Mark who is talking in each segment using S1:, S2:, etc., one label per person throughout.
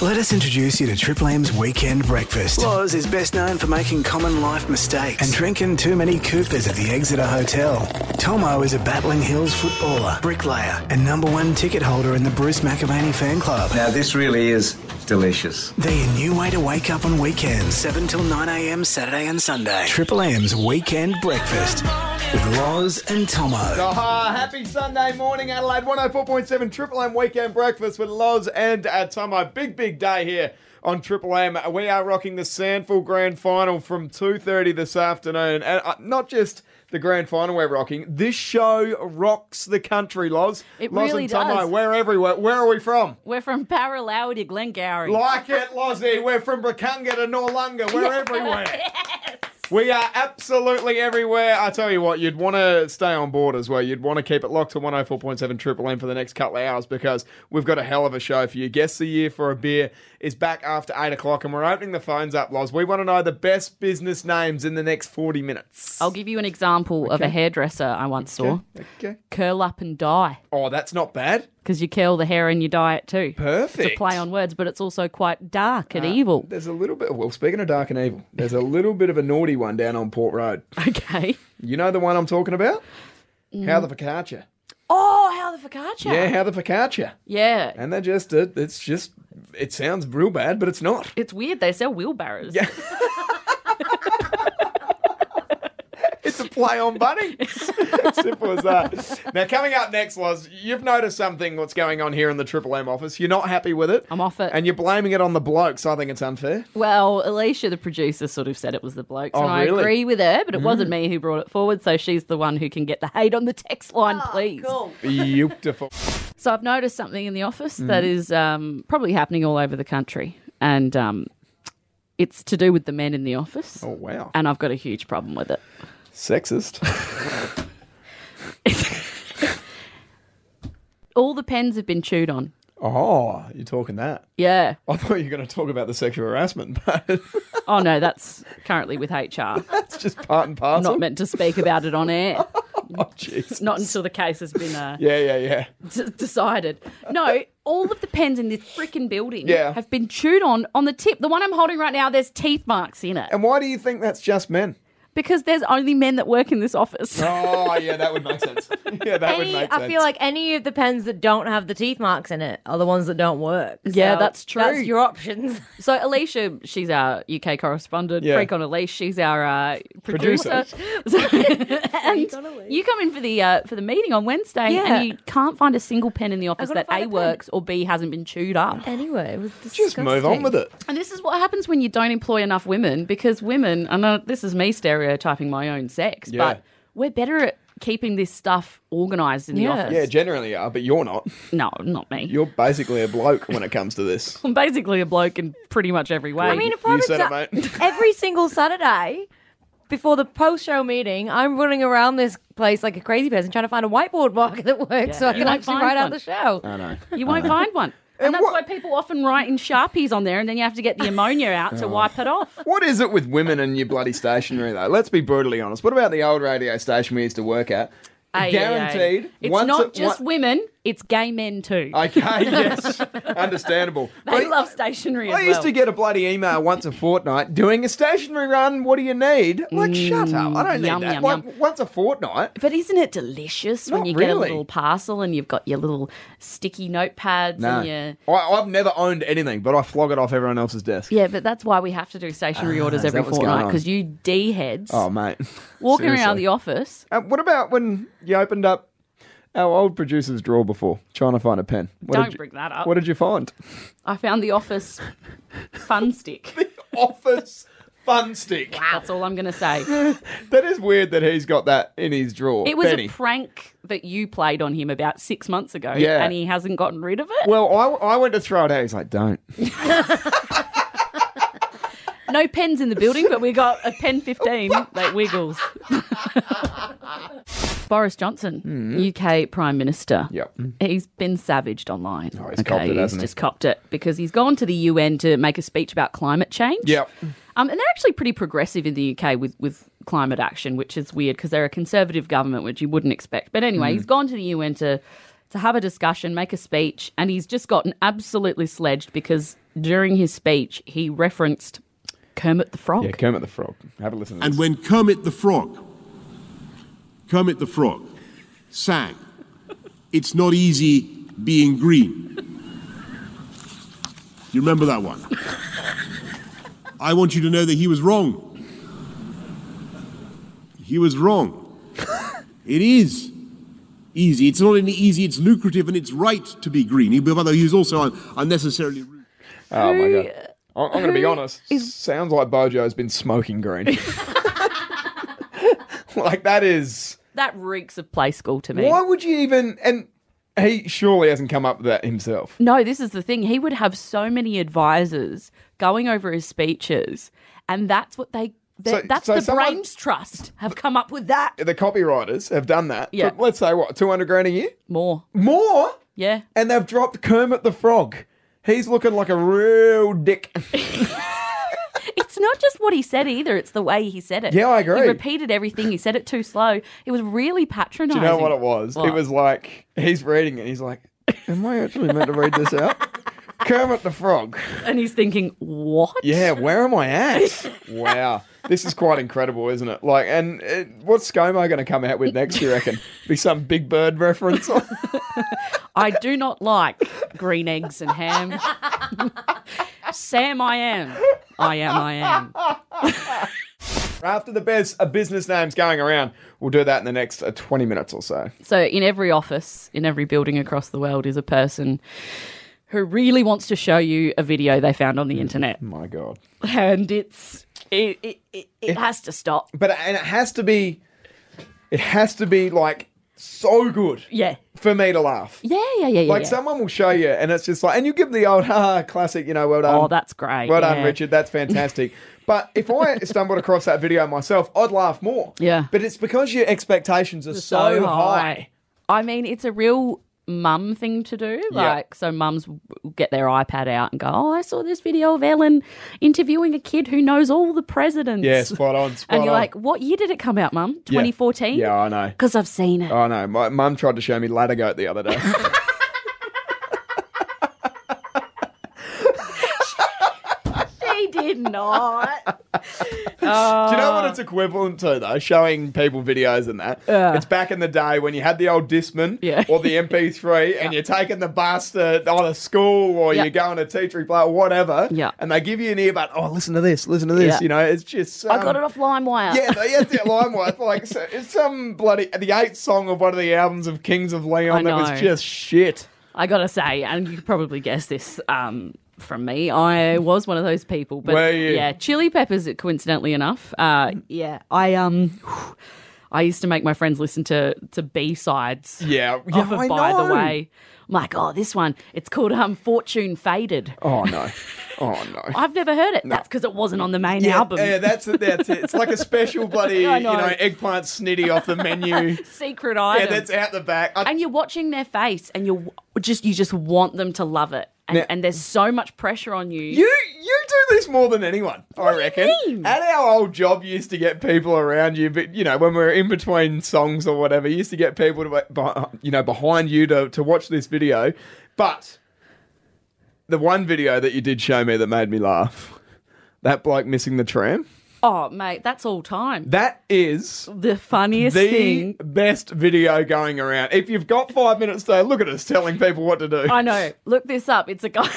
S1: Let us introduce you to Triple M's Weekend Breakfast. Loz is best known for making common life mistakes and drinking too many Coopers at the Exeter Hotel. Tomo is a Battling Hills footballer, bricklayer, and number one ticket holder in the Bruce McAvaney fan club.
S2: Now, this really is delicious.
S1: They're your new way to wake up on weekends, 7 till 9 a.m. Saturday and Sunday. Triple M's Weekend Breakfast with Loz and Tomo.
S3: Ah, happy Sunday morning, Adelaide. 104.7 Triple M Weekend Breakfast with Loz and uh, Tomo. Big, big day here on Triple M. We are rocking the Sandful Grand Final from 2.30 this afternoon. And uh, not just the Grand Final we're rocking. This show rocks the country, Loz.
S4: It
S3: Loz
S4: really
S3: and Tomo,
S4: does.
S3: we're everywhere. Where are we from?
S4: We're from Paralowa to Glengarry.
S3: Like it, Lozzie. We're from Brakunga to Norlunga. We're everywhere. We are absolutely everywhere. I tell you what, you'd want to stay on board as well. You'd want to keep it locked to 104.7 Triple M for the next couple of hours because we've got a hell of a show for you. Guess the year for a beer is back after 8 o'clock and we're opening the phones up, Loz. We want to know the best business names in the next 40 minutes.
S4: I'll give you an example of a hairdresser I once saw.
S3: Okay.
S4: Curl up and dye,
S3: Oh, that's not bad.
S4: because you curl the hair and you dye it too.
S3: Perfect. Ah.
S4: It's a play on words, but it's also quite dark and evil.
S3: There's a little bit, well, speaking of dark and evil, there's a little bit of a naughty one down on Port Road.
S4: Okay.
S3: You know the one I'm talking about?
S4: Mm.
S3: How the focaccia.
S4: Oh, how the focaccia.
S3: Yeah, how the focaccia.
S4: Yeah.
S3: And they just, it, it's just, it sounds real bad, but it's not.
S4: It's weird. They sell wheelbarrows.
S3: Yeah. It's a play on bunny. Simple as that. Now, coming up next, Loz, you've noticed something what's going on here in the Triple M office. You're not happy with it.
S4: I'm off it.
S3: And you're blaming it on the blokes. I think it's unfair.
S4: Well, Alicia, the producer, sort of said it was the blokes,
S3: Oh,
S4: and I
S3: really? Mm.
S4: agree with her. But it wasn't me who brought it forward, so she's the one who can get the hate on the text line, please.
S3: Beautiful.
S4: So I've noticed something in the office
S3: Mm-hmm.
S4: that is um, probably happening all over the country, and um, it's to do with the men in the office.
S3: Oh, wow.
S4: And I've got a huge problem with it.
S3: Sexist.
S4: All the pens have been chewed on.
S3: Oh, you're talking that.
S4: Yeah.
S3: I thought you were going to talk about the sexual harassment, but
S4: Oh no, that's currently with HR.
S3: that's just part and
S4: I'm
S3: parcel.
S4: not meant to speak about it on air.
S3: oh, jeez.
S4: Not until the case has been uh,
S3: Yeah, yeah, yeah.
S4: d- decided. No, all of the pens in this freaking building
S3: Yeah.
S4: have been chewed on on the tip. The one I'm holding right now, there's teeth marks in it
S3: And why do you think that's just men?
S4: because there's only men that work in this office.
S3: Oh, yeah, that would make sense. Yeah, that would
S5: Any,
S3: make sense.
S5: I feel like any of the pens that don't have the teeth marks in it are the ones that don't work.
S4: Yeah, that's true.
S5: That's your options.
S4: So Alicia, she's our UK correspondent.
S3: Yeah.
S4: Freak on Elise, she's our uh,
S3: Producer.
S4: producer. and you come in for the uh, for the meeting on Wednesday,
S5: Yeah.
S4: and you can't find a single pen in the office
S5: gotta
S4: that
S5: find
S4: A
S5: a pen.
S4: works or B hasn't been chewed up.
S5: anyway, it was disgusting.
S3: just move on with it.
S4: And this is what happens when you don't employ enough women, because women, and uh, this is me stereotyping my own sex,
S3: Yeah.
S4: but we're better at keeping this stuff organised in the
S5: Yeah.
S4: office.
S3: Yeah, generally you are, but you're not.
S4: No, not me.
S3: You're basically a bloke when it comes to this.
S4: I'm basically a bloke in pretty much every way.
S5: I mean,
S3: You-
S5: it probably
S3: you said it,
S5: does-
S3: mate.
S5: every single Saturday before the post-show meeting, I'm running around this place like a crazy person trying to find a whiteboard marker that works so I can
S4: won't
S5: actually
S4: find
S5: write out
S4: one.
S5: the show.
S4: You won't find one. And,
S3: Uh, And
S4: that's
S3: what-
S4: why people often write in Sharpies on there, and then you have to get the ammonia out
S3: Oh.
S4: to wipe it off.
S3: What is it with women and your bloody stationery, though? Let's be brutally honest. What about the old radio station we used to work at?
S4: Ay, ay, ay.
S3: Guaranteed.
S4: It's
S3: once
S4: not
S3: it-
S4: just
S3: one-
S4: women, it's gay men too. I,
S3: Okay, yes. Understandable.
S4: they
S3: But
S4: love stationery as
S3: I used
S4: well.
S3: to get a bloody email once a fortnight doing a stationary run. What do you need? Like, shut up. I don't
S4: yum,
S3: need that.
S4: yum,
S3: like,
S4: yum.
S3: Once a fortnight.
S4: But isn't it delicious when
S3: Not
S4: you get a
S3: really.
S4: little parcel and you've got your little sticky notepads and your.
S3: I, I've never owned anything, but I flog it off everyone else's desk.
S4: Yeah, but that's why we have to do stationary orders
S3: Ah, is
S4: every
S3: that what's going
S4: fortnight
S3: on?
S4: because you D heads
S3: Oh, mate.
S4: walking around
S3: Seriously.
S4: the office.
S3: Uh, what about when you opened up our old producer's drawer before, trying to find a pen? What
S4: Don't
S3: did you-
S4: bring that up.
S3: What did you find?
S4: I found the office fun stick.
S3: Office fun stick.
S4: That's all I'm going to say.
S3: That is weird that he's got that in his drawer.
S4: It was
S3: Benny.
S4: a prank that you played on him about six months ago,
S3: Yeah.
S4: and he hasn't gotten rid of it.
S3: well, I, I went to throw it out. He's like, don't.
S4: no pens in the building, but we got a pen 15 that wiggles. Boris Johnson, UK Prime Minister.
S3: Mm-hmm. Yep.
S4: He's been savaged online.
S3: Oh, he's copped it,
S4: he's
S3: hasn't he?
S4: just copped it because he's gone to the UN to make a speech about climate change.
S3: Yep.
S4: Um, and they're actually pretty progressive in the UK with, with climate
S3: Hmm.
S4: action, which is weird because they're a conservative government, which you wouldn't expect. But anyway, he's gone to the UN to to have a discussion, make a speech, and he's just gotten absolutely sledged because during his speech he referenced Kermit the Frog.
S3: Yeah, Kermit the Frog. Have a listen to
S6: And
S3: this.
S6: when Kermit the Frog, Kermit the Frog sang, It's Not Easy Being Green. You remember that one? I want you to know that he was wrong. He was wrong. It is easy. It's not only easy, it's lucrative and it's right to be green. He- By the way, he was also un- unnecessarily rude.
S3: oh my god. I'm, I'm going to be
S5: who
S3: honest. Sounds like Bojo's been smoking green. like that is.
S4: That reeks of play school to me.
S3: Why would you even? And he surely hasn't come up with that himself.
S4: No, this is the thing. He would have so many advisors going over his speeches, and that's what they. they-
S3: So-
S4: that's
S3: so
S4: the
S3: someone-
S4: brains trust have come up with that
S3: The copywriters have done that.
S4: Yeah.
S3: But let's say what two hundred grand a year
S4: more.
S3: more,
S4: Yeah,
S3: and they've dropped Kermit the Frog. He's looking like a real dick.
S4: it's not just what he said either; it's the way he said it.
S3: Yeah, I agree.
S4: He repeated everything. He said it too slow. It was really
S3: Do
S4: patronising.
S3: you know what it was? It
S4: What?
S3: was like he's reading it. He's like, "Am I actually meant to read this out?" Kermit the Frog.
S4: And he's thinking, what?
S3: Yeah, where am I at? wow, this is quite incredible, isn't it? Like, and uh what's ScoMo going to come out with next? You reckon? Be some Big Bird reference?
S4: I do not like green eggs and ham. Sam, I am. I am. I am.
S3: After the best uh, business names going around, we'll do that in the next uh, twenty minutes or so.
S4: So, in every office, in every building across the world, is a person who really wants to show you a video they found on the
S3: Mm.
S4: internet,
S3: My God.
S4: and it's it it, it, it has to stop.
S3: But and it has to be, it has to be like so good
S4: Yeah,
S3: for me to laugh.
S4: yeah, yeah, yeah, yeah.
S3: Like
S4: yeah.
S3: someone will show you, and it's just like, and you give the old ha classic, you know, well done.
S4: Oh, that's great.
S3: well done,
S4: yeah.
S3: Richard. That's fantastic. but if I stumbled across that video myself, I'd laugh more.
S4: Yeah.
S3: But it's because your expectations are so, high.
S4: Oh, I mean, it's a real mum thing to do. Like, so mums w- get their iPad out and go, "Oh, I saw this video of Ellen interviewing a kid who knows all the presidents."
S3: Yeah, spot on. Spot
S4: and you're
S3: on.
S4: like, "What year did it come out, Mum?
S3: Yeah.
S4: 2014?"
S3: Yeah, I know.
S4: Because I've seen it.
S3: I know. My mum tried to show me ladder goat the other day.
S4: She did not.
S3: Do you know what it's equivalent to though? Showing people videos and that. It's back in the day when you had the old Discman
S4: Yeah.
S3: or the MP3 and you're taking the bus to either school or
S4: Yeah.
S3: you're going to teacher play or whatever.
S4: Yeah.
S3: And they give you an earbud, oh listen to this, listen to this.
S4: Yeah.
S3: You know, it's just some,
S4: I got it off LimeWire.
S3: Yeah, they had that line was like so, it's some bloody the eighth song of one of the albums of Kings of Leon
S4: I
S3: that
S4: know.
S3: was just shit.
S4: I gotta say, and you could probably guess this um, from me, I was one of those people. But
S3: Were you?
S4: yeah, chili peppers, coincidentally enough. Uh, yeah, I um, I used to make my friends listen to to B sides.
S3: Yeah,
S4: Off
S3: yeah,
S4: of
S3: I
S4: By
S3: know.
S4: the Way. I'm like, oh, this one. It's called um, Fortune Faded.
S3: Oh no. Oh no.
S4: I've never heard it. That's because it wasn't on the main
S3: Yeah,
S4: album.
S3: yeah, that's it. That's it. It's like a special bloody,
S4: I
S3: you
S4: know.
S3: know, eggplant snitty off the menu.
S4: Secret
S3: Yeah,
S4: item.
S3: that's out the back. I,
S4: and you're watching their face, and you're w- just you just want them to love it. And,
S3: Now-
S4: and there's so much pressure on you.
S3: you you do this more than anyone, I reckon.
S4: mean?
S3: At our old job, you used to get people around you, but you know when we were in between songs or whatever, you used to get people to be- beh- you know behind you to to watch this video. But the one video that you did show me that made me laugh, that bloke missing the tram,
S4: oh, mate, that's all time.
S3: that is
S4: the funniest
S3: the
S4: thing.
S3: best video going around. If you've got five minutes today, look at us telling people what to do.
S4: I know. Look this up. It's a guy.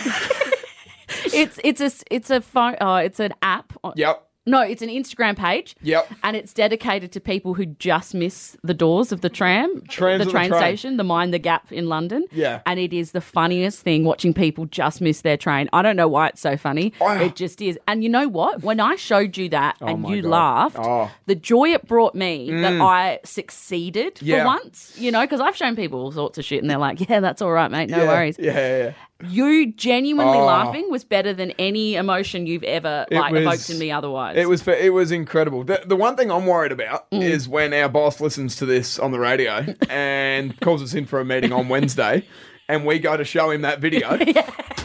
S4: it's it's a it's a phone. Oh, it's an app. on-
S3: Yep.
S4: No, it's an Instagram page.
S3: Yep.
S4: And it's dedicated to people who just miss the doors of the tram,
S3: Trams on
S4: the
S3: the
S4: train
S3: train.
S4: station, the Mind the Gap in London.
S3: Yeah.
S4: And it is the funniest thing watching people just miss their train. I don't know why it's so funny.
S3: Oh.
S4: It just is. And you know what? When I showed you that and
S3: my
S4: you
S3: God.
S4: laughed,
S3: Oh. Mm.
S4: the joy it brought me that I succeeded
S3: Yeah.
S4: for once, you know, because I've shown people all sorts of shit and they're like, yeah, that's all right, mate. No
S3: Yeah,
S4: worries
S3: Yeah, yeah, yeah.
S4: you genuinely
S3: Oh.
S4: laughing was better than any emotion you've ever
S3: It
S4: like
S3: was-
S4: evoked in me otherwise.
S3: It was fa- it was incredible. The, the one thing I'm worried about
S4: Mm.
S3: is when our boss listens to this on the radio and calls us in for a meeting on Wednesday, and we go to show him that video,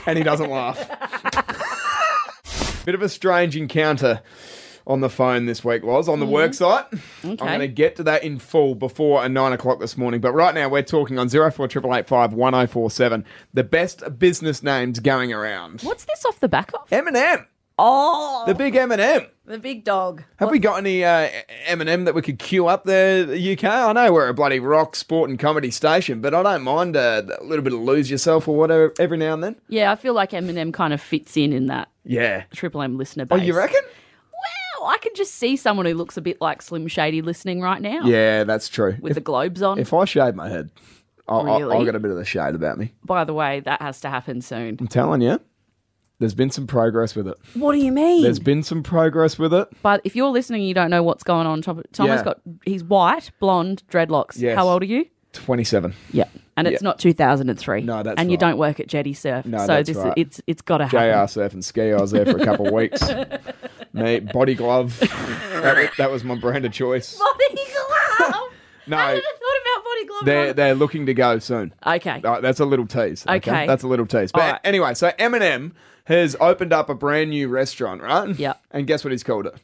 S3: and he doesn't laugh. Bit of a strange encounter on the phone this week was on the work site. I'm
S4: Mm. Okay.
S3: going to get to that in full before a nine o'clock this morning. But right now we're talking on zero four triple eight five one zero four seven. The best business names going around.
S4: What's this off the back of?
S3: Eminem,
S4: Oh,
S3: the big Eminem.
S5: The big dog.
S3: Have we got any uh, Eminem that we could queue up there, the UK? I know we're a bloody rock, sport, and comedy station, but I don't mind uh, a little bit of lose yourself or whatever every now and then.
S4: yeah. I feel like Eminem kind of fits in in that
S3: Yeah.
S4: Triple M listener
S3: Oh,
S4: base.
S3: you reckon?
S4: Well, I can just see someone who looks a bit like Slim Shady listening right now.
S3: Yeah, that's true.
S4: With the globes on.
S3: If I shave my head, I, I, I
S4: Really?
S3: got a bit of the shade about me.
S4: By the way, that has to happen soon.
S3: I'm telling you, there's been some progress with it.
S4: What do you mean?
S3: There's been some progress with it.
S4: But if you're listening, and you don't know what's going on. Tom- Thomas
S3: Yeah.
S4: got he's white, blonde, dreadlocks.
S3: Yes.
S4: How old are you?
S3: 27.
S4: Yeah, and it's
S3: Yeah.
S4: not 2003.
S3: No, that's
S4: and you
S3: right.
S4: don't work at Jetty Surf.
S3: No,
S4: so
S3: that's
S4: this
S3: right.
S4: it's it's got to
S3: JR
S4: happen.
S3: Surf and Ski, I was there for a couple of weeks. Mate, body glove. that, that was my brand of choice.
S4: Body glove.
S3: No.
S4: I never thought about
S3: They're,
S4: body glove.
S3: they're looking to go soon.
S4: okay.
S3: Uh, that's a little tease.
S4: Okay.
S3: That's a little tease. But
S4: All right.
S3: anyway, so Eminem has opened up a brand new restaurant, right?
S4: Yeah.
S3: And guess what he's called it?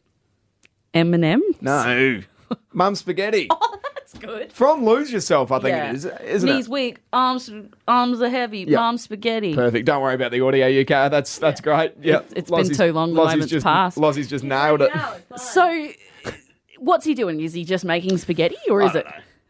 S4: Eminem.
S3: No. Mum Spaghetti.
S4: Oh, that's good.
S3: From Lose Yourself, I think
S4: Yeah.
S3: it is, isn't
S4: Knees
S3: it?
S4: weak, arms arms are heavy,
S3: Yeah.
S4: mom's spaghetti.
S3: Perfect. Don't worry about the audio, UK. That's that's great. Yeah.
S4: it's been too long, the moment's
S3: just,
S4: passed.
S3: Lozzie's just nailed it.
S4: So, what's he doing? Is he just making spaghetti, or is it?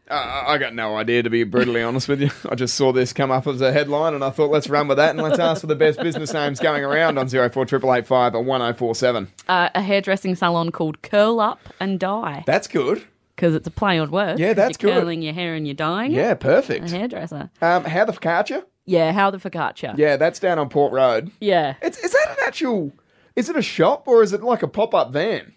S3: Uh, I got no idea, to be brutally honest with you. I just saw this come up as a headline, and I thought, let's run with that, and let's ask for the best business names going around on zero four triple eight five and one zero four seven.
S4: Uh, a hairdressing salon called Curl Up and Dye
S3: That's good.
S4: because it's a play on words.
S3: Yeah,
S4: 'cause
S3: that's
S4: you're
S3: good.
S4: Curling your hair and you're dyeing it.
S3: Yeah,
S4: A
S3: perfect.
S4: hairdresser.
S3: Um, how the focaccia?
S4: Yeah, how the focaccia.
S3: Yeah, that's down on Port Road.
S4: yeah.
S3: It's is that an actual? Is it a shop or is it like a pop up van?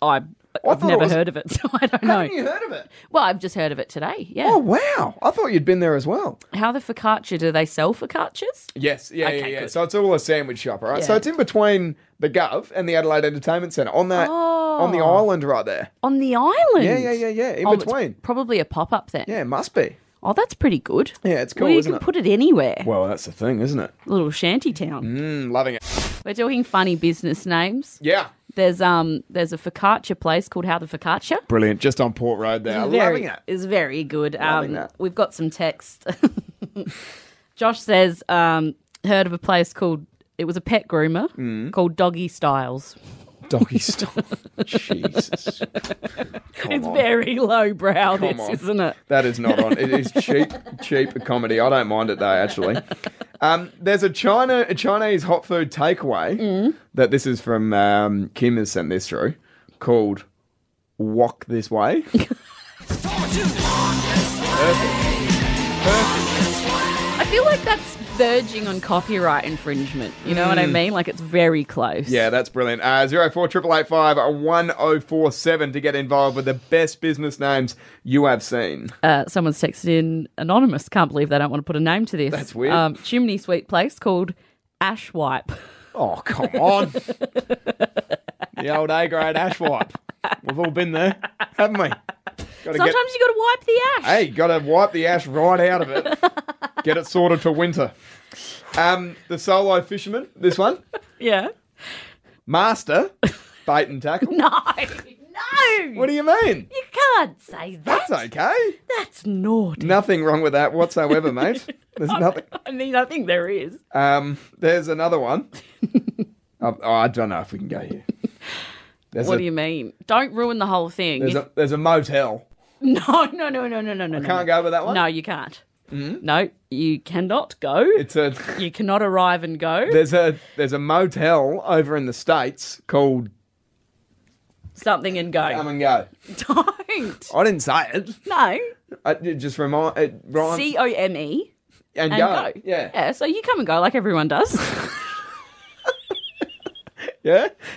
S4: I,
S3: thought
S4: I've
S3: it
S4: never
S3: was-
S4: heard of it, so I don't know.
S3: Haven't you heard of it?
S4: Well, I've just heard of it today. Yeah.
S3: Oh wow! I thought you'd been there as well.
S4: How the focaccia? Do they sell focaccias?
S3: Yes, yeah,
S4: Okay,
S3: yeah, yeah.
S4: good.
S3: So it's all a sandwich shop, all right? So
S4: Yeah.
S3: it's in between the Gov and the Adelaide Entertainment Centre on that on the island right there.
S4: On the island.
S3: Yeah, yeah, yeah, yeah. In
S4: Oh, it's
S3: between.
S4: probably a pop up then.
S3: Yeah, it must be.
S4: Oh, that's pretty good.
S3: Yeah, it's cool,
S4: Well, you
S3: isn't
S4: can
S3: it?
S4: put it anywhere.
S3: Well, that's the thing, isn't it?
S4: Little shanty town.
S3: Mm, loving it.
S4: We're talking funny business names.
S3: Yeah.
S4: There's um there's a focaccia place called How the Focaccia.
S3: Brilliant. Just on Port Road there.
S4: very,
S3: Loving it.
S4: Is very good.
S3: Loving
S4: Um,
S3: that.
S4: we've got some text. Josh says, um, heard of a place called it was a pet groomer
S3: Mm.
S4: called Doggy Styles.
S3: Doggy style. Jesus. Come
S4: It's
S3: on.
S4: very lowbrow,
S3: Come
S4: this,
S3: on.
S4: isn't it?
S3: That is not on. It is cheap, cheap comedy. I don't mind it though, actually. Um, there's a China a Chinese hot food takeaway
S4: Mm.
S3: that this is from um, Kim has sent this through called Walk This Way.
S4: I feel like that's verging on copyright infringement. You know what I mean? Like it's very close.
S3: Mm. Yeah, that's brilliant. Uh, 1047 to get involved with the best business names you have seen.
S4: Uh, someone's texted in anonymous. Can't believe they don't want to put a name to this. Um,
S3: That's weird.
S4: chimney sweet place called Ash Wipe.
S3: Oh, come on. the old A grade ash wipe. We've all been there, haven't we? Gotta
S4: Sometimes
S3: get-
S4: you got to wipe the ash.
S3: Hey, gotta wipe the ash right out of it. Get it sorted for winter. Um, the solo fisherman, this one.
S4: Yeah.
S3: Master, bait and tackle.
S4: No, no.
S3: What do you mean?
S4: you can't say that.
S3: That's okay.
S4: That's naughty.
S3: Nothing wrong with that whatsoever, mate. There's nothing.
S4: I mean, I think there is.
S3: Um, there's another one. oh, oh, I don't know if we can go here. There's
S4: What
S3: a,
S4: do you mean? Don't ruin the whole thing.
S3: There's a, there's a motel.
S4: no, no, no, no, no, no, no.
S3: Can't go with that one. Hmm?
S4: No, you can't. No, you cannot go.
S3: It's a
S4: you cannot arrive and go.
S3: there's a there's a motel over in the states called
S4: Something and
S3: Come
S4: go.
S3: and Go.
S4: Don't.
S3: I didn't say it.
S4: No.
S3: I, it Uh, just remind it rhymes
S4: C O M E
S3: and,
S4: and
S3: go.
S4: go.
S3: Yeah. yeah,
S4: Yeah. So you come and go like everyone does.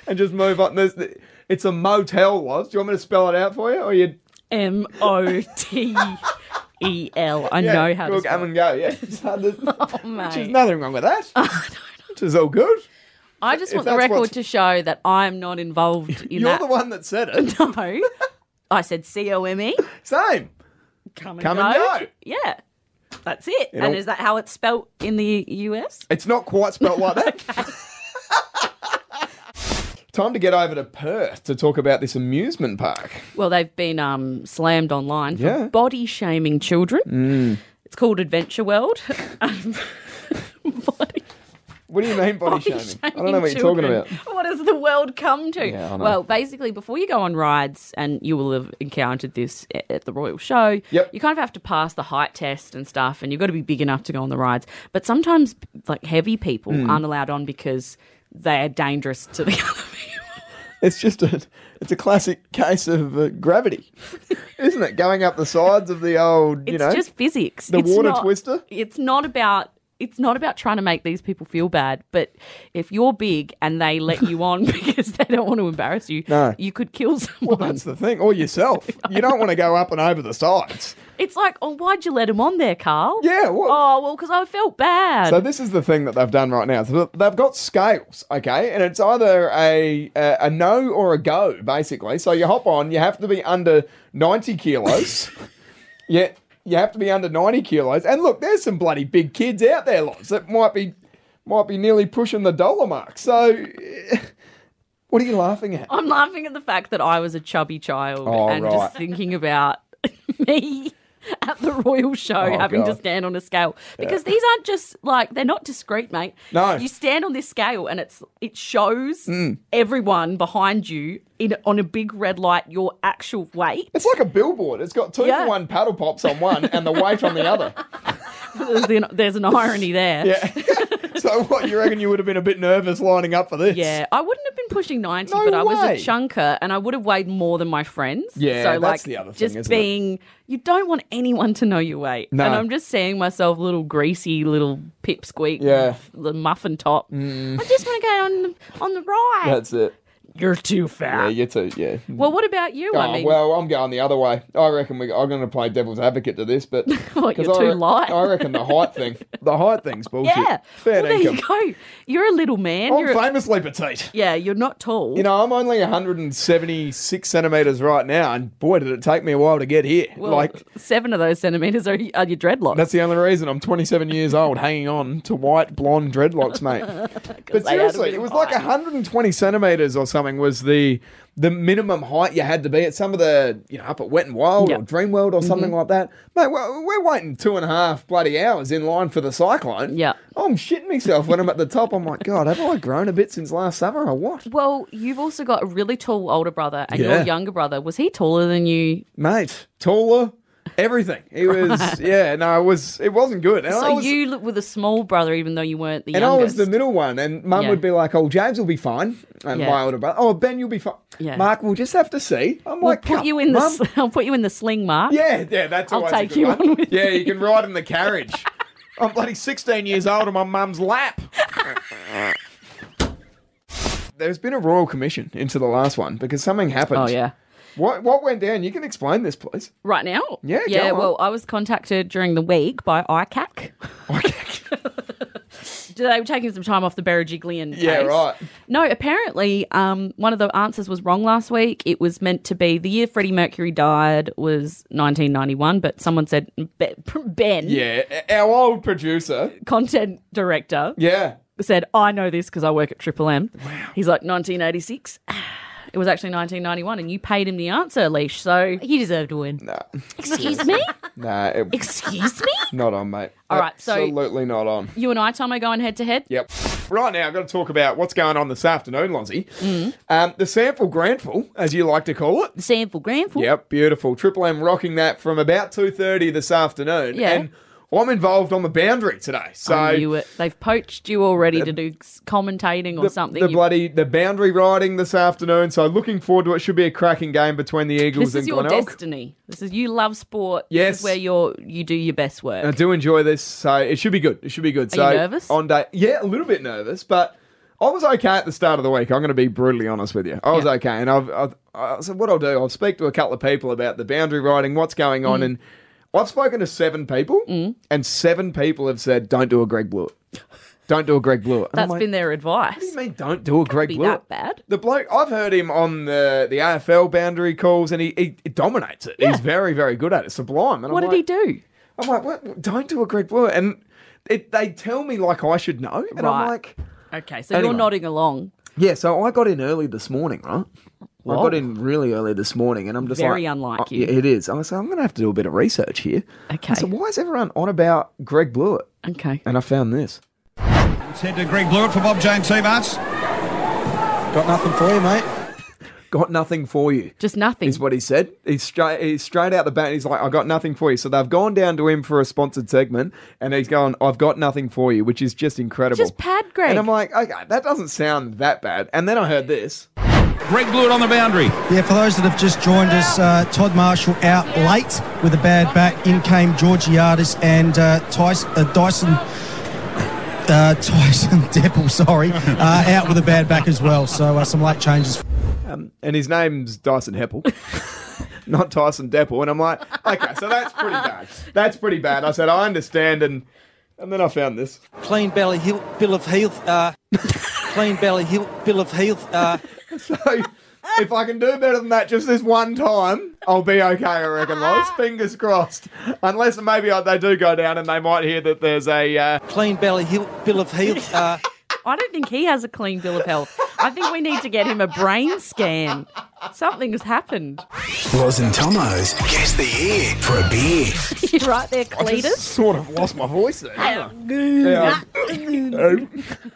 S3: and just move on. There's the, it's a motel, was. Do you want me to spell it out for you, or you?
S4: M O T E L. I
S3: Yeah,
S4: know how
S3: cool,
S4: to spell. Oh,
S3: come and go. Yeah, So there's, there's
S4: mate. Oh,
S3: nothing wrong with that. Which is all good.
S4: I just
S3: If
S4: want the
S3: that's
S4: record
S3: what's-
S4: to show that I'm not involved in
S3: You're
S4: that.
S3: the one that said it.
S4: No. I said C O M E.
S3: Same.
S4: Come and
S3: Come
S4: go.
S3: and go.
S4: Yeah. That's it.
S3: all-
S4: and is that how it's spelt in the US?
S3: It's not quite spelt like that. time to get over to Perth to talk about this amusement park.
S4: Well, they've been um, slammed online for
S3: Yeah. Mm.
S4: body shaming children. It's called Adventure World. Um, body
S3: What do you mean body, shaming? I don't know what you're talking about.
S4: about. What has the world come to?
S3: Yeah, I know.
S4: well, basically, before you go on rides, and you will have encountered this a- at the Royal Show,
S3: Yep.
S4: you kind of have to pass the height test and stuff, and you've got to be big enough to go on the rides. But sometimes, like, heavy people
S3: Hmm.
S4: aren't allowed on because they are dangerous to the other people.
S3: It's just a it's a classic case of uh, gravity, isn't it? Going up the sides of the old, you
S4: It's
S3: know,
S4: just physics.
S3: the
S4: It's
S3: water
S4: not-
S3: twister?
S4: It's not about. It's not about trying to make these people feel bad, but if you're big and they let you on because they don't want to embarrass you,
S3: No.
S4: you could kill someone.
S3: Well, that's the thing. Or yourself. You don't want to go up and over the sides.
S4: It's like, oh, why'd you let him on there, Carl?
S3: Yeah, what-
S4: Oh, well, because I felt bad.
S3: So this is the thing that they've done right now. So they've got scales, okay, and it's either a a, a no or a go, basically. So you hop on. You have to be under ninety kilos. yeah, you have to be under ninety kilos. And look, there's some bloody big kids out there, lots that might be might be nearly pushing the dollar mark. So, eh, what are you laughing at?
S4: I'm laughing at the fact that I was a chubby child
S3: Oh,
S4: and
S3: right.
S4: just thinking about me at the royal show
S3: Oh,
S4: having to
S3: God.
S4: stand on a scale because these aren't just like they're not discreet mate
S3: No. Mm.
S4: you stand on this scale and it's it shows everyone behind you in on a big red light your actual weight
S3: It's like a billboard. It's got two
S4: Yeah.
S3: for one paddle pops on one and the weight on the other.
S4: there's an, there's an irony there
S3: Yeah. so what you reckon? You would have been a bit nervous lining up for this.
S4: Yeah, I wouldn't have been pushing 90,
S3: No
S4: but I was
S3: way.
S4: a chunker and I would have weighed more than my friends.
S3: Yeah,
S4: so,
S3: that's
S4: like,
S3: the other thing,
S4: just
S3: isn't it?
S4: being, you don't want anyone to know your weight.
S3: No.
S4: And I'm just seeing myself, little greasy, little pipsqueak,
S3: Yeah. Mm.
S4: the muffin top. I just want to go on the, on the ride.
S3: That's it.
S4: You're too fat.
S3: Yeah, you too. Yeah.
S4: well, what about you?
S3: Oh,
S4: Ah. I mean,
S3: well, I'm going the other way. I reckon we, I'm going to play devil's advocate to this, but
S4: What,
S3: 'cause
S4: you're
S3: I
S4: too
S3: re-
S4: light?
S3: I reckon the height thing. The height thing's bullshit.
S4: yeah.
S3: Fair
S4: well, there
S3: dinkum.
S4: you go. You're a little man.
S3: I'm
S4: You're a-
S3: famously petite.
S4: yeah, you're not tall.
S3: You know, I'm only 176 centimeters right now, and boy, did it take me a while to get here.
S4: Well,
S3: like.
S4: seven of those centimeters are, are your dreadlocks.
S3: That's the only reason I'm 27 years old, hanging on to white blonde dreadlocks, mate. but
S4: they had a
S3: seriously,
S4: bit
S3: it
S4: of
S3: was like
S4: height.
S3: 120 centimeters or something was the the minimum height you had to be at some of the you know up at Wet and Wild or
S4: Yep.
S3: Dream World or something like that. Mate, we're, we're waiting two and a half bloody hours in line for the cyclone.
S4: Yeah.
S3: I'm shitting myself when I'm at the top. I'm like, God, have I grown a bit since last summer or what?
S4: Well, you've also got a really tall older brother and
S3: Yeah.
S4: your younger brother. Was he taller than you?
S3: Mate, taller. Everything. It was, yeah, no, it was, it wasn't good. And I
S4: So
S3: was-
S4: you look with a small brother, even though you weren't the
S3: And I was
S4: youngest.
S3: the middle one, and Mum
S4: Yeah.
S3: would be like, "Oh, James will be fine," and
S4: Yeah.
S3: my older brother, "Oh, Ben, you'll be fine."
S4: Yeah.
S3: Mark, we'll just have to see. I'm
S4: We'll
S3: like,
S4: put
S3: "Come,
S4: you in the.
S3: Mum."
S4: Sl- I'll put you in the sling, Mark.
S3: yeah, yeah, that's
S4: I'll
S3: always a
S4: take
S3: good
S4: you
S3: one.
S4: on with
S3: Yeah,
S4: me.
S3: you can ride in the carriage. I'm bloody 16 years old on my mum's lap. There's been a royal commission into the last one because something happened.
S4: Oh yeah.
S3: What what went down? You can explain this, please.
S4: Right now.
S3: Yeah,
S4: Yeah.
S3: go on.
S4: Well, I was contacted during the week by ICAC. they were taking some time off the Berejiklian case.
S3: Yeah, right.
S4: No, apparently, um, one of the answers was wrong last week. It was meant to be the year Freddie Mercury died was 1991, but someone said "Be- Ben,
S3: Yeah, our old producer.
S4: content director,
S3: Yeah.
S4: said, I know this because I work at Triple M. He's like, 1986. It was actually 1991, and you paid him the answer, Leash. So,
S5: You deserve to win.
S3: Nah,
S4: excuse me?
S3: nah, it,
S4: Excuse me?
S3: not on, mate.
S4: All right, so-
S3: absolutely not on.
S4: You and I, Tom, are going head to head?
S3: Yep. Right now, I've got to talk about what's going on this afternoon, Lozzie.
S4: Mm.
S3: Um, the sample Grantville, as you like to call it.
S4: Sample Granville.
S3: Yep, beautiful. Triple M rocking that from about 2.30 this afternoon.
S4: Yeah.
S3: And I'm involved on the boundary today. So
S4: I knew it. They've poached you already to do s- commentating or
S3: the,
S4: something.
S3: the
S4: You-
S3: bloody the boundary riding this afternoon. So looking forward to it. Should be a cracking game between the Eagles
S4: this is
S3: and
S4: your
S3: Glenelg.
S4: destiny. This is you love sport. This
S3: Yes.
S4: is where you're you do your best work.
S3: I do enjoy this, so it should be good. It should be good. so
S4: Are you nervous?
S3: on day, yeah, a little bit nervous, but I was okay at the start of the week. I'm going to be brutally honest with you. I was
S4: Yeah.
S3: okay, and I've, I've I said what I'll do. I'll speak to a couple of people about the boundary riding, what's going
S4: Mm.
S3: on, and I've spoken to seven people, and seven people have said, "Don't do a Greg Blewett. Don't do a Greg Blewett." And I'm
S4: That's
S3: like,
S4: been their advice.
S3: what do you mean don't do a Greg
S4: be
S3: Blewett?
S4: that bad.
S3: The bloke, I've heard him on the, the AFL boundary calls and he, he, he dominates it. He's very, very good at it. Sublime. And
S4: What
S3: I'm
S4: did he
S3: like-
S4: do?
S3: I'm like, what? what- Don't do a Greg Blewett. And it, they tell me like I should know. And I'm
S4: Right.
S3: like,
S4: Okay, so
S3: Anyway.
S4: you're nodding along.
S3: Yeah, so I got in early this morning, right? I
S4: Whoa.
S3: got in really early this morning, and I'm just
S4: Very
S3: like,
S4: unlike
S3: oh,
S4: you.
S3: yeah, it is. I was like, I'm going to have to do a bit of research here.
S4: Okay.
S3: So why is everyone on about Greg Blewett?
S4: Okay.
S3: And I found this.
S7: Let's head to Greg Blewett for Bob James Seabarts. Got nothing for you, mate.
S3: Got nothing for you.
S4: Just nothing.
S3: Is what he said. He's straight. He's straight out the bat. And he's like, "I got nothing for you." So they've gone down to him for a sponsored segment, and he's going, "I've got nothing for you," which is just incredible.
S4: Just pad Greg.
S3: And I'm like, "Okay, that doesn't sound that bad." And then I heard this.
S7: Greg Blewett on the boundary.
S8: Yeah, for those that have just joined us, uh, Todd Marshall out late with a bad back. In came Georgiades and uh, Tyson, uh, Dyson. Uh, Tyson Deppel, sorry, uh, out with a bad back as well. So uh, some late changes.
S3: and his name's Dyson Heppel. Not Tyson Deppel. And I'm like, okay, so that's pretty bad. That's pretty bad. I said, I understand. And and then I found this.
S8: Clean belly, heel, bill of health. Uh, clean belly, heel, bill of health. Uh,
S3: So if I can do better than that just this one time, I'll be okay, I reckon, Loz. Fingers crossed. Unless maybe I, they do go down and they might hear that there's a. Uh,
S8: clean belly, heel, bill of health. Uh,
S4: I don't think he has a clean bill of health. I think we need to get him a brain scan. Something's happened.
S1: Loz and Tomo's Guess the Year for a beer.
S4: You're right there,
S3: I just
S4: Cletus.
S3: sort of lost my voice there. didn't I? Yeah.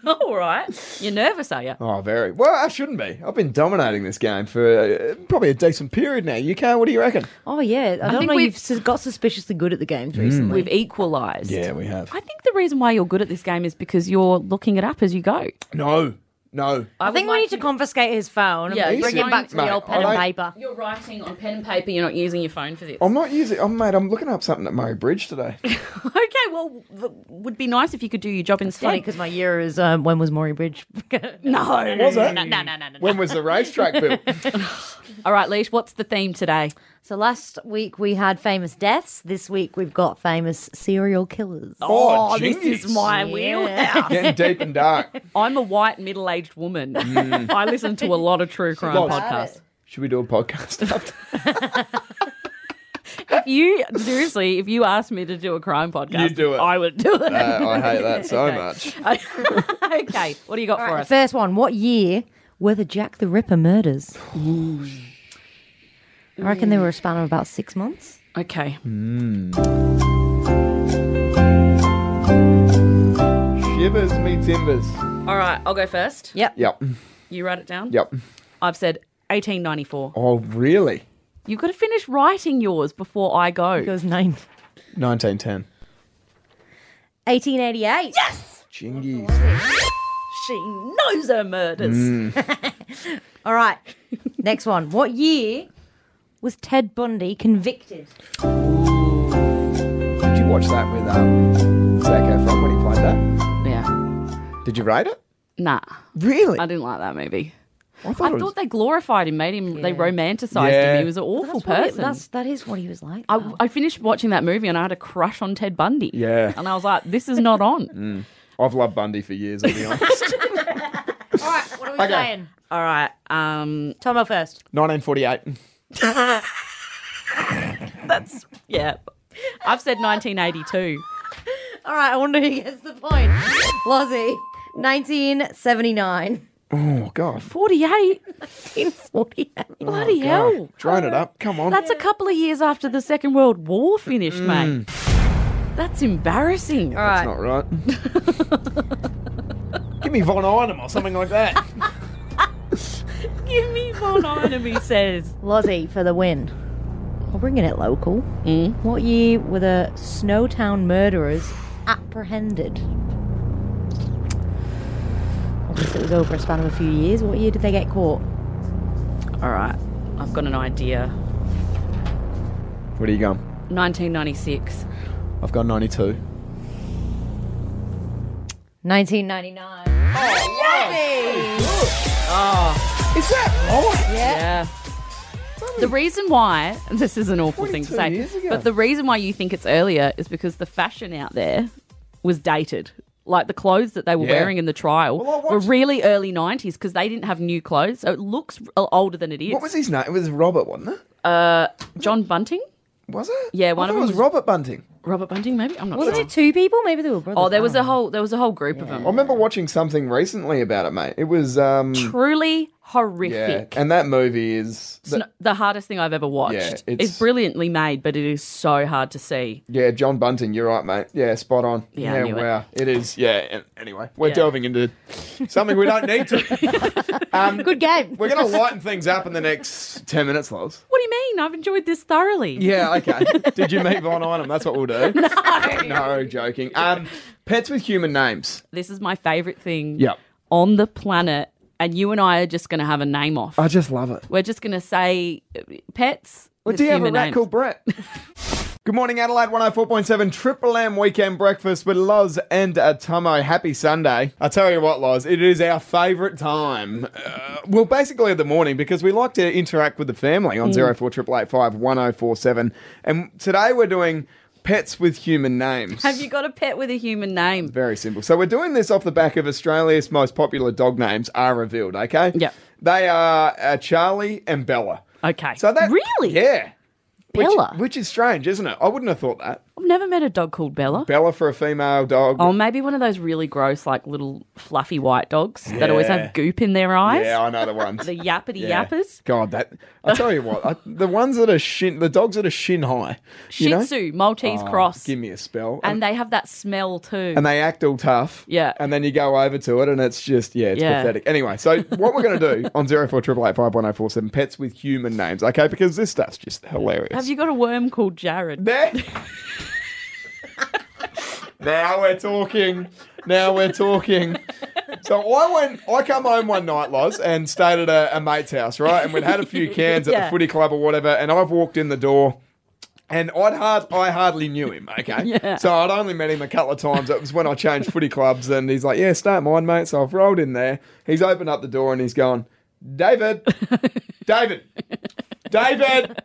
S4: All right. You're nervous, are you?
S3: oh, very. Well, I shouldn't be. I've been dominating this game for uh, probably a decent period now. UK, what do you reckon?
S5: Oh yeah, I, don't
S4: think
S5: know.
S4: we've-
S5: You've sus- got suspiciously good at the
S3: Hmm.
S5: games
S3: Mm.
S5: recently.
S4: We've equalised.
S3: we have.
S4: I think the reason why you're good at this game is because you're looking it up as you go.
S3: No, no.
S5: I, think
S4: would
S5: we
S4: like
S5: need to confiscate his phone
S4: Yeah,
S5: and
S4: you
S5: bring
S4: should.
S5: him back to
S3: Mate,
S5: the old
S3: I
S5: pen and
S3: don't-
S5: paper.
S4: You're writing on pen and paper. You're not using your phone for this.
S3: I'm not using. Oh, mate, I'm looking up something at Murray Bridge today.
S4: okay, well, th- would be nice if you could do your job instead.
S5: Funny because my year is um, when was Maury Bridge?
S4: no,
S3: Was it?
S4: No, no, no, no. no.
S3: When was the racetrack built?
S4: All right, Leash. What's the theme today?
S5: so last week we had famous deaths. This week we've got famous serial killers.
S3: Oh,
S4: this
S3: jeez.
S4: is my wheelhouse.
S3: Getting deep and dark.
S4: I'm a white middle-aged woman.
S3: Mm.
S4: I listen to a lot of true crime
S3: Loz.
S4: podcasts.
S3: Should we do a podcast after?
S4: If you seriously, if you asked me to do a crime
S3: You
S4: podcast,
S3: do it.
S4: I would do it.
S3: Uh, I hate that so much.
S4: okay, what do you got
S5: All
S4: for
S5: right,
S4: us?
S5: first one. What year were the Jack the Ripper murders? I reckon they were a span of about six months.
S4: Okay,
S3: Hmm. Shivers me timbers.
S4: all right, I'll go first.
S5: Yep.
S3: Yep,
S4: You write it down.
S3: yep.
S4: I've said 1894.
S3: Oh, really?
S4: You've got to finish writing yours before I go.
S5: It was nine.
S3: 1910.
S5: 1888. Yes!
S3: Jingies.
S4: she knows her murders.
S3: Hmm.
S5: All right. Next one. What year was Ted Bundy convicted?
S3: Did you watch that with um, Zac Efron when he played that?
S4: Yeah.
S3: Did you rate it?
S4: Nah,
S3: Really?
S4: I didn't like that movie.
S3: I
S4: I
S3: it was-
S4: thought they glorified him, made him, they
S5: Yeah.
S4: romanticised
S3: Yeah.
S4: him. He was an awful
S5: That's what he-
S4: person.
S5: that's, that is what he was like.
S4: I, I finished watching that movie and I had a crush on Ted Bundy.
S3: Yeah. Mm.
S4: And I was like, this is not on.
S3: I've loved Bundy for years, I'll be honest.
S5: All right. What are we saying?
S4: All right. Um,
S5: Tomo first.
S3: 1948.
S4: yeah. I've said 1982.
S5: All right. I wonder who gets the point. Lozzie. 1979.
S3: Oh, God.
S4: 48? Bloody hell.
S3: Drone it up. Come on.
S4: That's a couple of years after the Second World War finished, mate. That's embarrassing.
S5: All right.
S3: That's not right. Give me Von Einem or something like that.
S4: Give me Von Enemy says.
S5: Lozzie for the win. We're bringing it local.
S4: Hmm?
S5: What year were the Snowtown murderers apprehended? Obviously, it was over a span of a few years. What year did they get caught?
S4: All right. I've got an idea.
S3: What are you going?
S4: 1996.
S3: I've gone 92.
S5: 1999.
S3: Is that right?
S4: Yeah. The reason why this is an awful thing to
S3: 22
S4: say,
S3: years ago.
S4: but the reason why you think it's earlier is because the fashion out there was dated. Like the clothes that they were
S3: Yeah.
S4: wearing in the trial
S3: Well, I
S4: were
S3: watched-
S4: really early '90s because they didn't have new clothes, so it looks r- uh, older than it is.
S3: What was his name? It was Robert, wasn't it?
S4: John Bunting?
S3: Was it?
S4: Yeah,
S3: I
S4: one of
S3: thought
S4: them
S3: it was
S4: was-
S3: Robert Bunting.
S4: Robert Bunting, maybe I'm not
S5: Wasn't
S4: sure.
S5: it two people? Maybe they were brothers.
S4: Oh, there was
S5: I
S4: a
S3: Um,
S5: don't know.
S4: whole there was a whole group of
S3: I
S4: them.
S3: remember watching something recently about it, mate. It was um
S4: Truly
S3: yeah,
S4: horrific.
S3: and that movie is
S4: It's no- the hardest thing I've ever watched.
S3: Yeah,
S4: it's,
S3: it's-
S4: brilliantly made, but it is so hard to see.
S3: yeah, John Bunting. You're right, mate. Yeah, spot on.
S4: Yeah, I knew it.
S3: wow, it is. Yeah. and Anyway, we're
S4: Yeah.
S3: delving into something we don't need to. um,
S5: Good game.
S3: We're gonna lighten things up in the next ten minutes, Loz.
S4: What do you mean? I've enjoyed this thoroughly.
S3: Yeah, okay. Did you meet Von Einem? That's what we'll do. No, no, joking. Um, pets with human names.
S4: This is my favorite thing
S3: Yep.
S4: on the planet, and you and I are just going to have a name off.
S3: I just love it.
S4: We're just going to say uh, pets.
S3: Well,
S4: with
S3: do you have a
S4: human
S3: rat
S4: names.
S3: called Brett? Good morning, Adelaide 104.7 Triple M Weekend Breakfast with Loz and uh, Tomo. Happy Sunday. I tell you what, Loz, it is our favourite time. Uh, well, basically of the morning because we like to interact with the family
S4: Mm.
S3: on 04885 1047. And today we're doing pets with human names.
S4: Have you got a pet with a human name?
S3: Very simple. So we're doing this off the back of Australia's most popular dog names are revealed. Okay.
S4: Yep.
S3: They are uh, Charlie and Bella.
S4: Okay.
S3: So that
S4: really,
S3: yeah, Which-
S4: Bella.
S3: which, is strange, isn't it? I wouldn't have thought that
S4: I've never met a dog called Bella.
S3: Bella for a female dog.
S4: Oh, maybe one of those really gross, like little fluffy white dogs that always
S3: Yeah.
S4: have goop in their eyes.
S3: yeah, I know the ones.
S4: The yappity
S3: Yeah.
S4: yappers.
S3: God, that I tell you what, I, the ones that are shin, the dogs that are shin high.
S4: Shih
S3: you know?
S4: Tzu, Maltese
S3: Oh,
S4: Cross.
S3: Give me a spell.
S4: and they have that smell too.
S3: and they act all tough.
S4: Yeah.
S3: And then you go over to it and it's just, yeah, it's
S4: Yeah.
S3: pathetic. Anyway, so what we're going to do on 0488851047, pets with human names, okay? Because this stuff's just hilarious.
S4: have you got a worm called Jared?
S3: There- now we're talking. Now we're talking. So I went. I come home one night, Loz, and stayed at a, a mate's house, right? And we'd had a few cans at the
S4: Yeah.
S3: footy club or whatever. And I've walked in the door, and I'd hard, I hardly knew him. Okay,
S4: Yeah.
S3: so I'd only met him a couple of times. It was when I changed footy clubs, and he's like, "Yeah, stay at mine, mate." So I've rolled in there. He's opened up the door and he's gone, "David, David, David."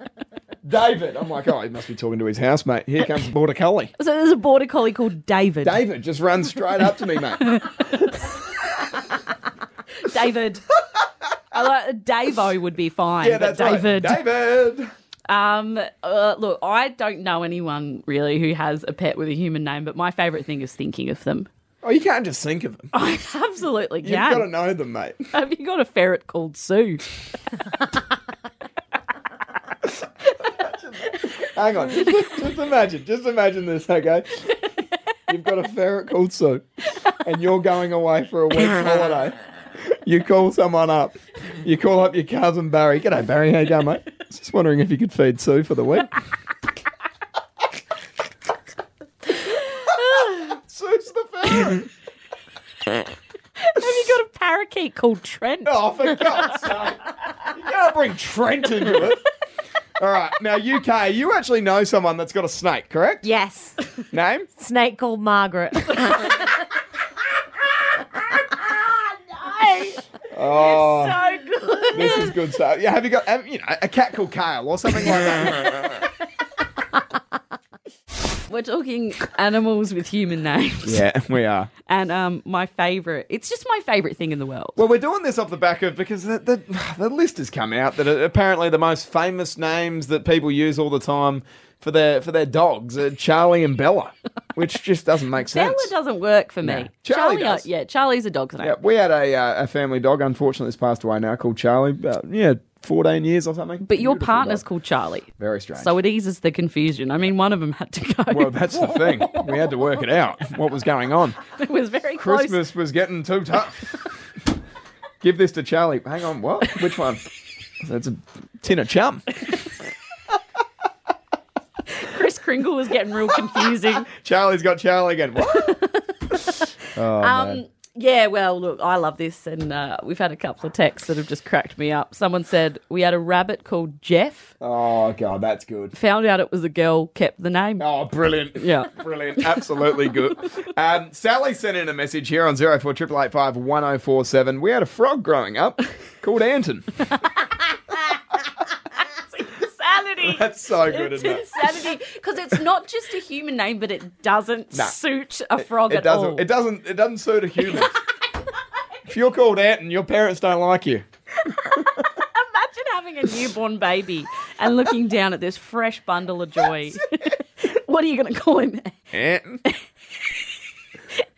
S3: David. I'm like, oh, he must be talking to his housemate. Here comes the border collie.
S4: So there's a border collie called David.
S3: David just runs straight up to me, mate.
S4: David. I like Davo would be fine.
S3: Yeah,
S4: but
S3: that's right.
S4: David.
S3: David.
S4: Um, uh, look, I don't know anyone really who has a pet with a human name, but my favourite thing is thinking of them.
S3: Oh, you can't just think of them.
S4: I absolutely
S3: You've got to
S4: can.
S3: know them, mate.
S4: Have you got a ferret called Sue?
S3: Hang on. just imagine. Just imagine this, okay? You've got a ferret called Sue, and you're going away for a week's holiday. You call someone up. You call up your cousin Barry. G'day, Barry. How you going, mate? Just wondering if you could feed Sue for the week. Sue's the ferret.
S4: Have you got a parakeet called Trent?
S3: Oh, for God's sake. You gotta bring Trent into it. All right, now UK, you actually know someone that's got a snake, correct?
S5: Yes.
S3: Name?
S5: Snake called Margaret.
S3: Oh,
S4: So good.
S3: this is good stuff. Yeah, have you got, have, you know, a cat called Kale or something like that?
S4: We're talking animals with human names.
S3: yeah, we are.
S4: And um, my favourite, it's just my favourite thing in the world.
S3: Well, we're doing this off the back of because the, the, the list has come out that are apparently the most famous names that people use all the time for their for their dogs are Charlie and Bella, which just doesn't make sense.
S4: Bella doesn't work for me.
S3: No. Charlie does.
S4: yeah, Charlie's a dog's name.
S3: Yeah, we had a, uh, a family dog, unfortunately, has passed away now, called Charlie. About, yeah, 14 years or something.
S4: But your
S3: Beautiful
S4: partner's
S3: dog.
S4: called Charlie.
S3: Very strange.
S4: So it eases the confusion. I mean, one of them had to go.
S3: Well, that's the thing. We had to work it out what was going on.
S4: it was very close.
S3: Christmas was getting too tough. Give this to Charlie. Hang on, what? Which one? That's a tin of chum.
S4: Chris Kringle was getting real confusing.
S3: Charlie's got Charlie again. What? Oh, man.
S4: um, yeah, well, look, I love this, and uh, we've had a couple of texts that have just cracked me up. Someone said we had a rabbit called Jeff.
S3: oh, God, that's good.
S4: Found out it was a girl, kept the name.
S3: Oh, brilliant.
S4: Yeah.
S3: Brilliant. Absolutely good. Um, Sally sent in a message here on 04885 1047. We had a frog growing up called Anton.
S4: Insanity.
S3: That's so good,
S4: It's
S3: isn't it?
S4: insanity because it's not just a human name, but it doesn't
S3: No.
S4: suit a frog
S3: It
S4: at
S3: doesn't
S4: all.
S3: it doesn't it doesn't suit a human. if you're called Anton, your parents don't like you.
S4: Imagine having a newborn baby and looking down at this fresh bundle of joy. what are you going to call him?
S3: Ant.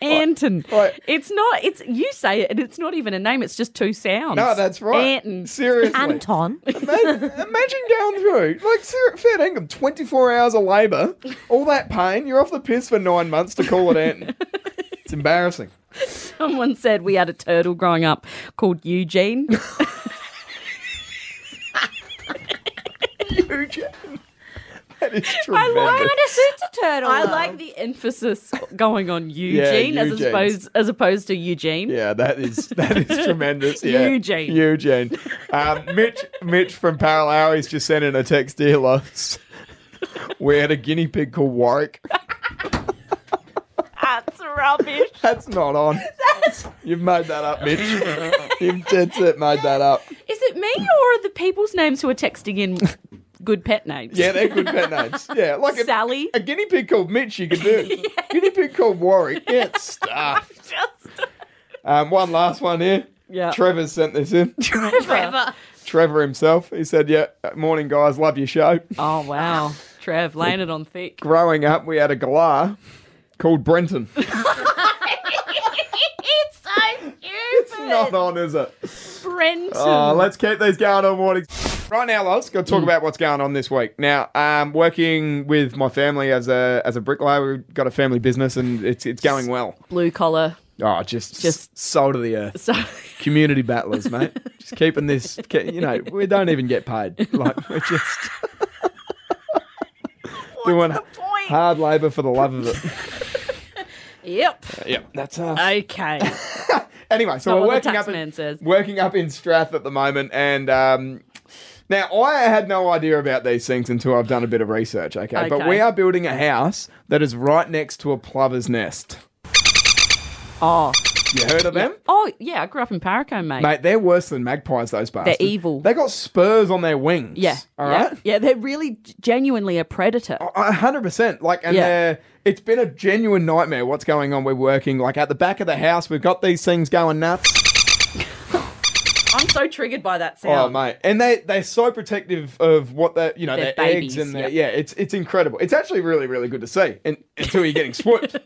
S4: Anton.
S3: Right.
S4: It's not. It's you say it, and it's not even a name. It's just two sounds.
S3: No, that's right.
S4: Anton.
S3: Seriously.
S5: Anton.
S3: Imagine, imagine going through, like, ser- fair dinkum, 24 hours of labour, all that pain, you're off the piss for nine months to call it Anton. It's embarrassing.
S4: Someone said we had a turtle growing up called Eugene.
S3: Eugene. That is
S4: I
S3: tremendous.
S4: like
S5: Kind of suits a turtle.
S4: I
S5: though.
S4: like the emphasis going on
S3: Yeah,
S4: Eugene, as
S3: Eugene.
S4: opposed as opposed to Eugene.
S3: Yeah, that is that is tremendous. Yeah.
S4: Eugene.
S3: Eugene. Um, Mitch Mitch from Paralowis just sent in a text here, loves. We had a guinea pig called Warwick.
S4: That's rubbish.
S3: That's not on. You've made that up, Mitch. You've that's it, made that up.
S4: Is it me or are the people's names who are texting in good pet names?
S3: Yeah, they're good pet names. Yeah, like a,
S4: Sally.
S3: a guinea pig called Mitch, you could do. Guinea pig called Warwick. Yeah, it's stuffed.
S4: Just
S3: Um, one last one here.
S4: Yeah.
S3: Trevor sent this in.
S4: Trevor.
S3: Trevor himself. He said, "Yeah, morning guys, love your show."
S4: Oh wow, Trev laying it on thick.
S3: growing up, we had a galah called Brenton.
S5: It's so stupid.
S3: Not on, is it?
S4: Brenton.
S3: Oh, let's keep these going all morning. Right now, Loz, got to talk about what's going on this week. Now, um, working with my family as a as a bricklayer, we've got a family business and it's it's going well.
S4: Blue collar.
S3: Oh, just
S4: Just-
S3: just soul to the earth.
S4: So
S3: Community battlers, mate. just keeping this, ke- you know, we don't even get paid. Like we're just doing hard labour for the love of it.
S4: yep.
S3: yeah, that's us.
S4: Okay.
S3: Anyway, so
S4: Not
S3: we're
S4: what the
S3: working
S4: tax
S3: up in,
S4: man says.
S3: working up in Strath at the moment, and um, now I had no idea about these things until I've done a bit of research. Okay, but
S4: Okay.
S3: we are building a house that is right next to a plover's nest.
S4: Oh.
S3: You heard of them?
S4: Oh yeah, I grew up in Paraco, mate.
S3: Mate, they're worse than magpies. Those bastards.
S4: evil.
S3: They got spurs on their wings.
S4: Yeah.
S3: All
S4: yeah,
S3: right.
S4: Yeah, they're really g- genuinely a predator.
S3: A hundred percent. Like, and
S4: Yeah.
S3: they're it's been a genuine nightmare. What's going on? We're working like at the back of the house. We've got these things going nuts.
S4: I'm so triggered by that
S3: Oh
S4: sound.
S3: mate, and they they're so protective of what they you know their,
S4: Their
S3: eggs
S4: babies,
S3: and their
S4: yep.
S3: yeah it's it's incredible. It's actually really really good to see and, until you're getting swooped.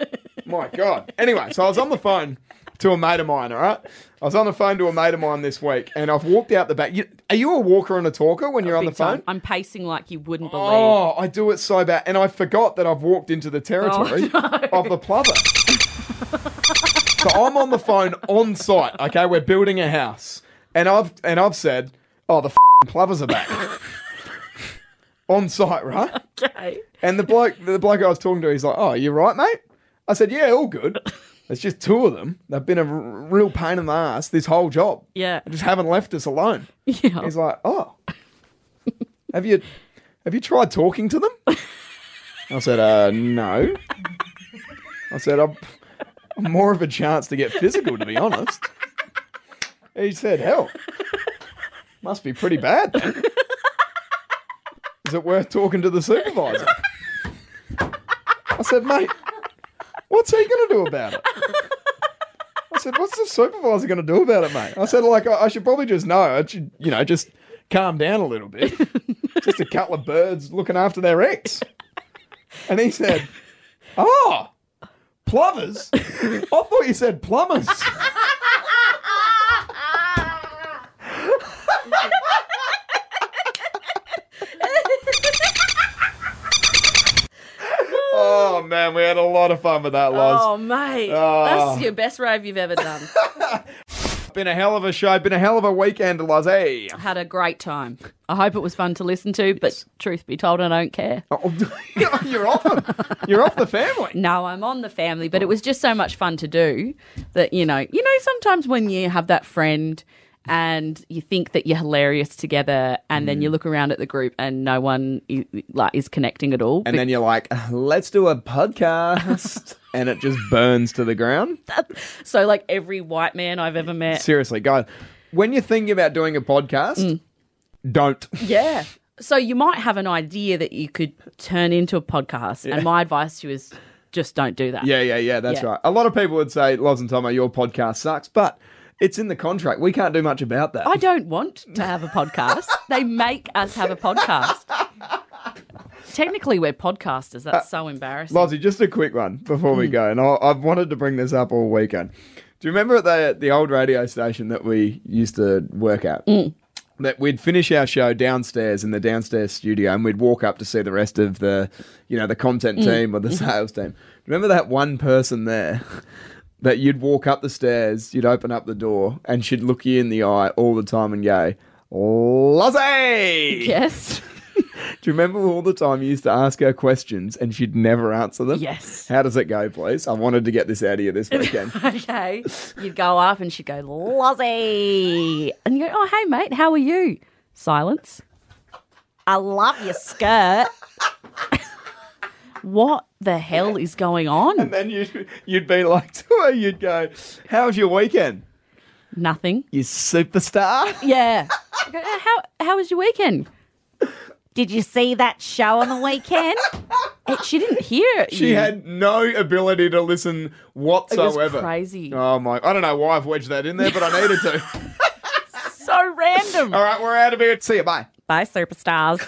S3: My God. Anyway, so I was on the phone to a mate of mine. All right, I was on the phone to a mate of mine this week, and I've walked out the back. You, are you a walker and a talker when you're on the
S4: Big time.
S3: phone?
S4: I'm pacing like you wouldn't believe.
S3: Oh, I do it so bad, and I forgot that I've walked into the territory
S4: Oh,
S3: of the plover. so I'm on the phone on site. Okay, we're building a house, and I've and I've said, "Oh, the f***ing plovers are back." on site, right?
S4: Okay.
S3: And the bloke, the bloke I was talking to, he's like, "Oh, you right, mate?" I said, "Yeah, all good." It's just two of them. They've been a r- real pain in the ass this whole job.
S4: Yeah.
S3: They just haven't left us alone.
S4: Yeah.
S3: He's like, "Oh, have you have you tried talking to them?" I said, "Uh, no." I said, "I'm, I'm more of a chance to get physical, to be honest." He said, "Hell, must be pretty bad." Then. Is it worth talking to the supervisor? I said, "Mate, what's he going to do about it?" I said, "What's the supervisor going to do about it, mate?" I said, "Like, I, I should probably just know. I should, you know, just calm down a little bit. just a couple of birds looking after their eggs." And he said, "Oh, plovers. I thought you said plumbers." oh man, we had a lot of fun with that, Loz.
S4: Oh, mate.
S3: Oh.
S4: That's your best rave you've ever done.
S3: Been a hell of a show. Been a hell of a weekend, Loz. Hey.
S4: Had a great time. I hope it was fun to listen to, but truth be told, I don't care.
S3: Oh, you're off. 'em. You're off the family.
S4: No, I'm on the family,
S3: Oh.
S4: but it was just so much fun to do that, you know, you know, sometimes when you have that friend and you think that you're hilarious together and then
S3: Mm.
S4: you look around at the group and no one i- like is connecting at all.
S3: And then you're like, let's do a podcast, and it just burns to the ground.
S4: so like every white man I've ever met.
S3: Seriously, guys, when you're thinking about doing a podcast, don't.
S4: Yeah. So you might have an idea that you could turn into a podcast. And my advice to you is just don't do that.
S3: Yeah, yeah, yeah. That's
S4: Yeah.
S3: right. A lot of people would say, Loz and Tomo, your podcast sucks, but it's in the contract. We can't do much about that.
S4: I don't want to have a podcast. they make us have a podcast. Technically, we're podcasters. That's so embarrassing.
S3: Lozzie, just a quick one before we go, and I, I've wanted to bring this up all weekend. Do you remember at the the old radio station that we used to work at? That we'd finish our show downstairs in the downstairs studio, and we'd walk up to see the rest of the, you know, the content team or the sales team. Remember that one person there. That you'd walk up the stairs, you'd open up the door, and she'd look you in the eye all the time and go, Lozzie!
S4: yes.
S3: Do you remember all the time you used to ask her questions and she'd never answer them?
S4: Yes.
S3: How does it go, please? I wanted to get this out of you this weekend.
S4: okay. You'd go up and she'd go, Lozzie. And you go, oh, hey, mate, how are you? Silence. I love your skirt. what the hell is going on?
S3: then you'd, you'd be like to her, you'd go, How's your weekend?
S4: Nothing.
S3: You superstar?
S4: Yeah. I go, "Uh, how, how was your weekend? Did you see that show on the weekend? And she didn't hear it.
S3: She
S4: you.
S3: had no ability to listen whatsoever.
S4: crazy.
S3: Oh my! I don't know why I've wedged that in there, but I needed to.
S4: so random.
S3: All right, we're out of here. See you. Bye.
S4: Bye, superstars.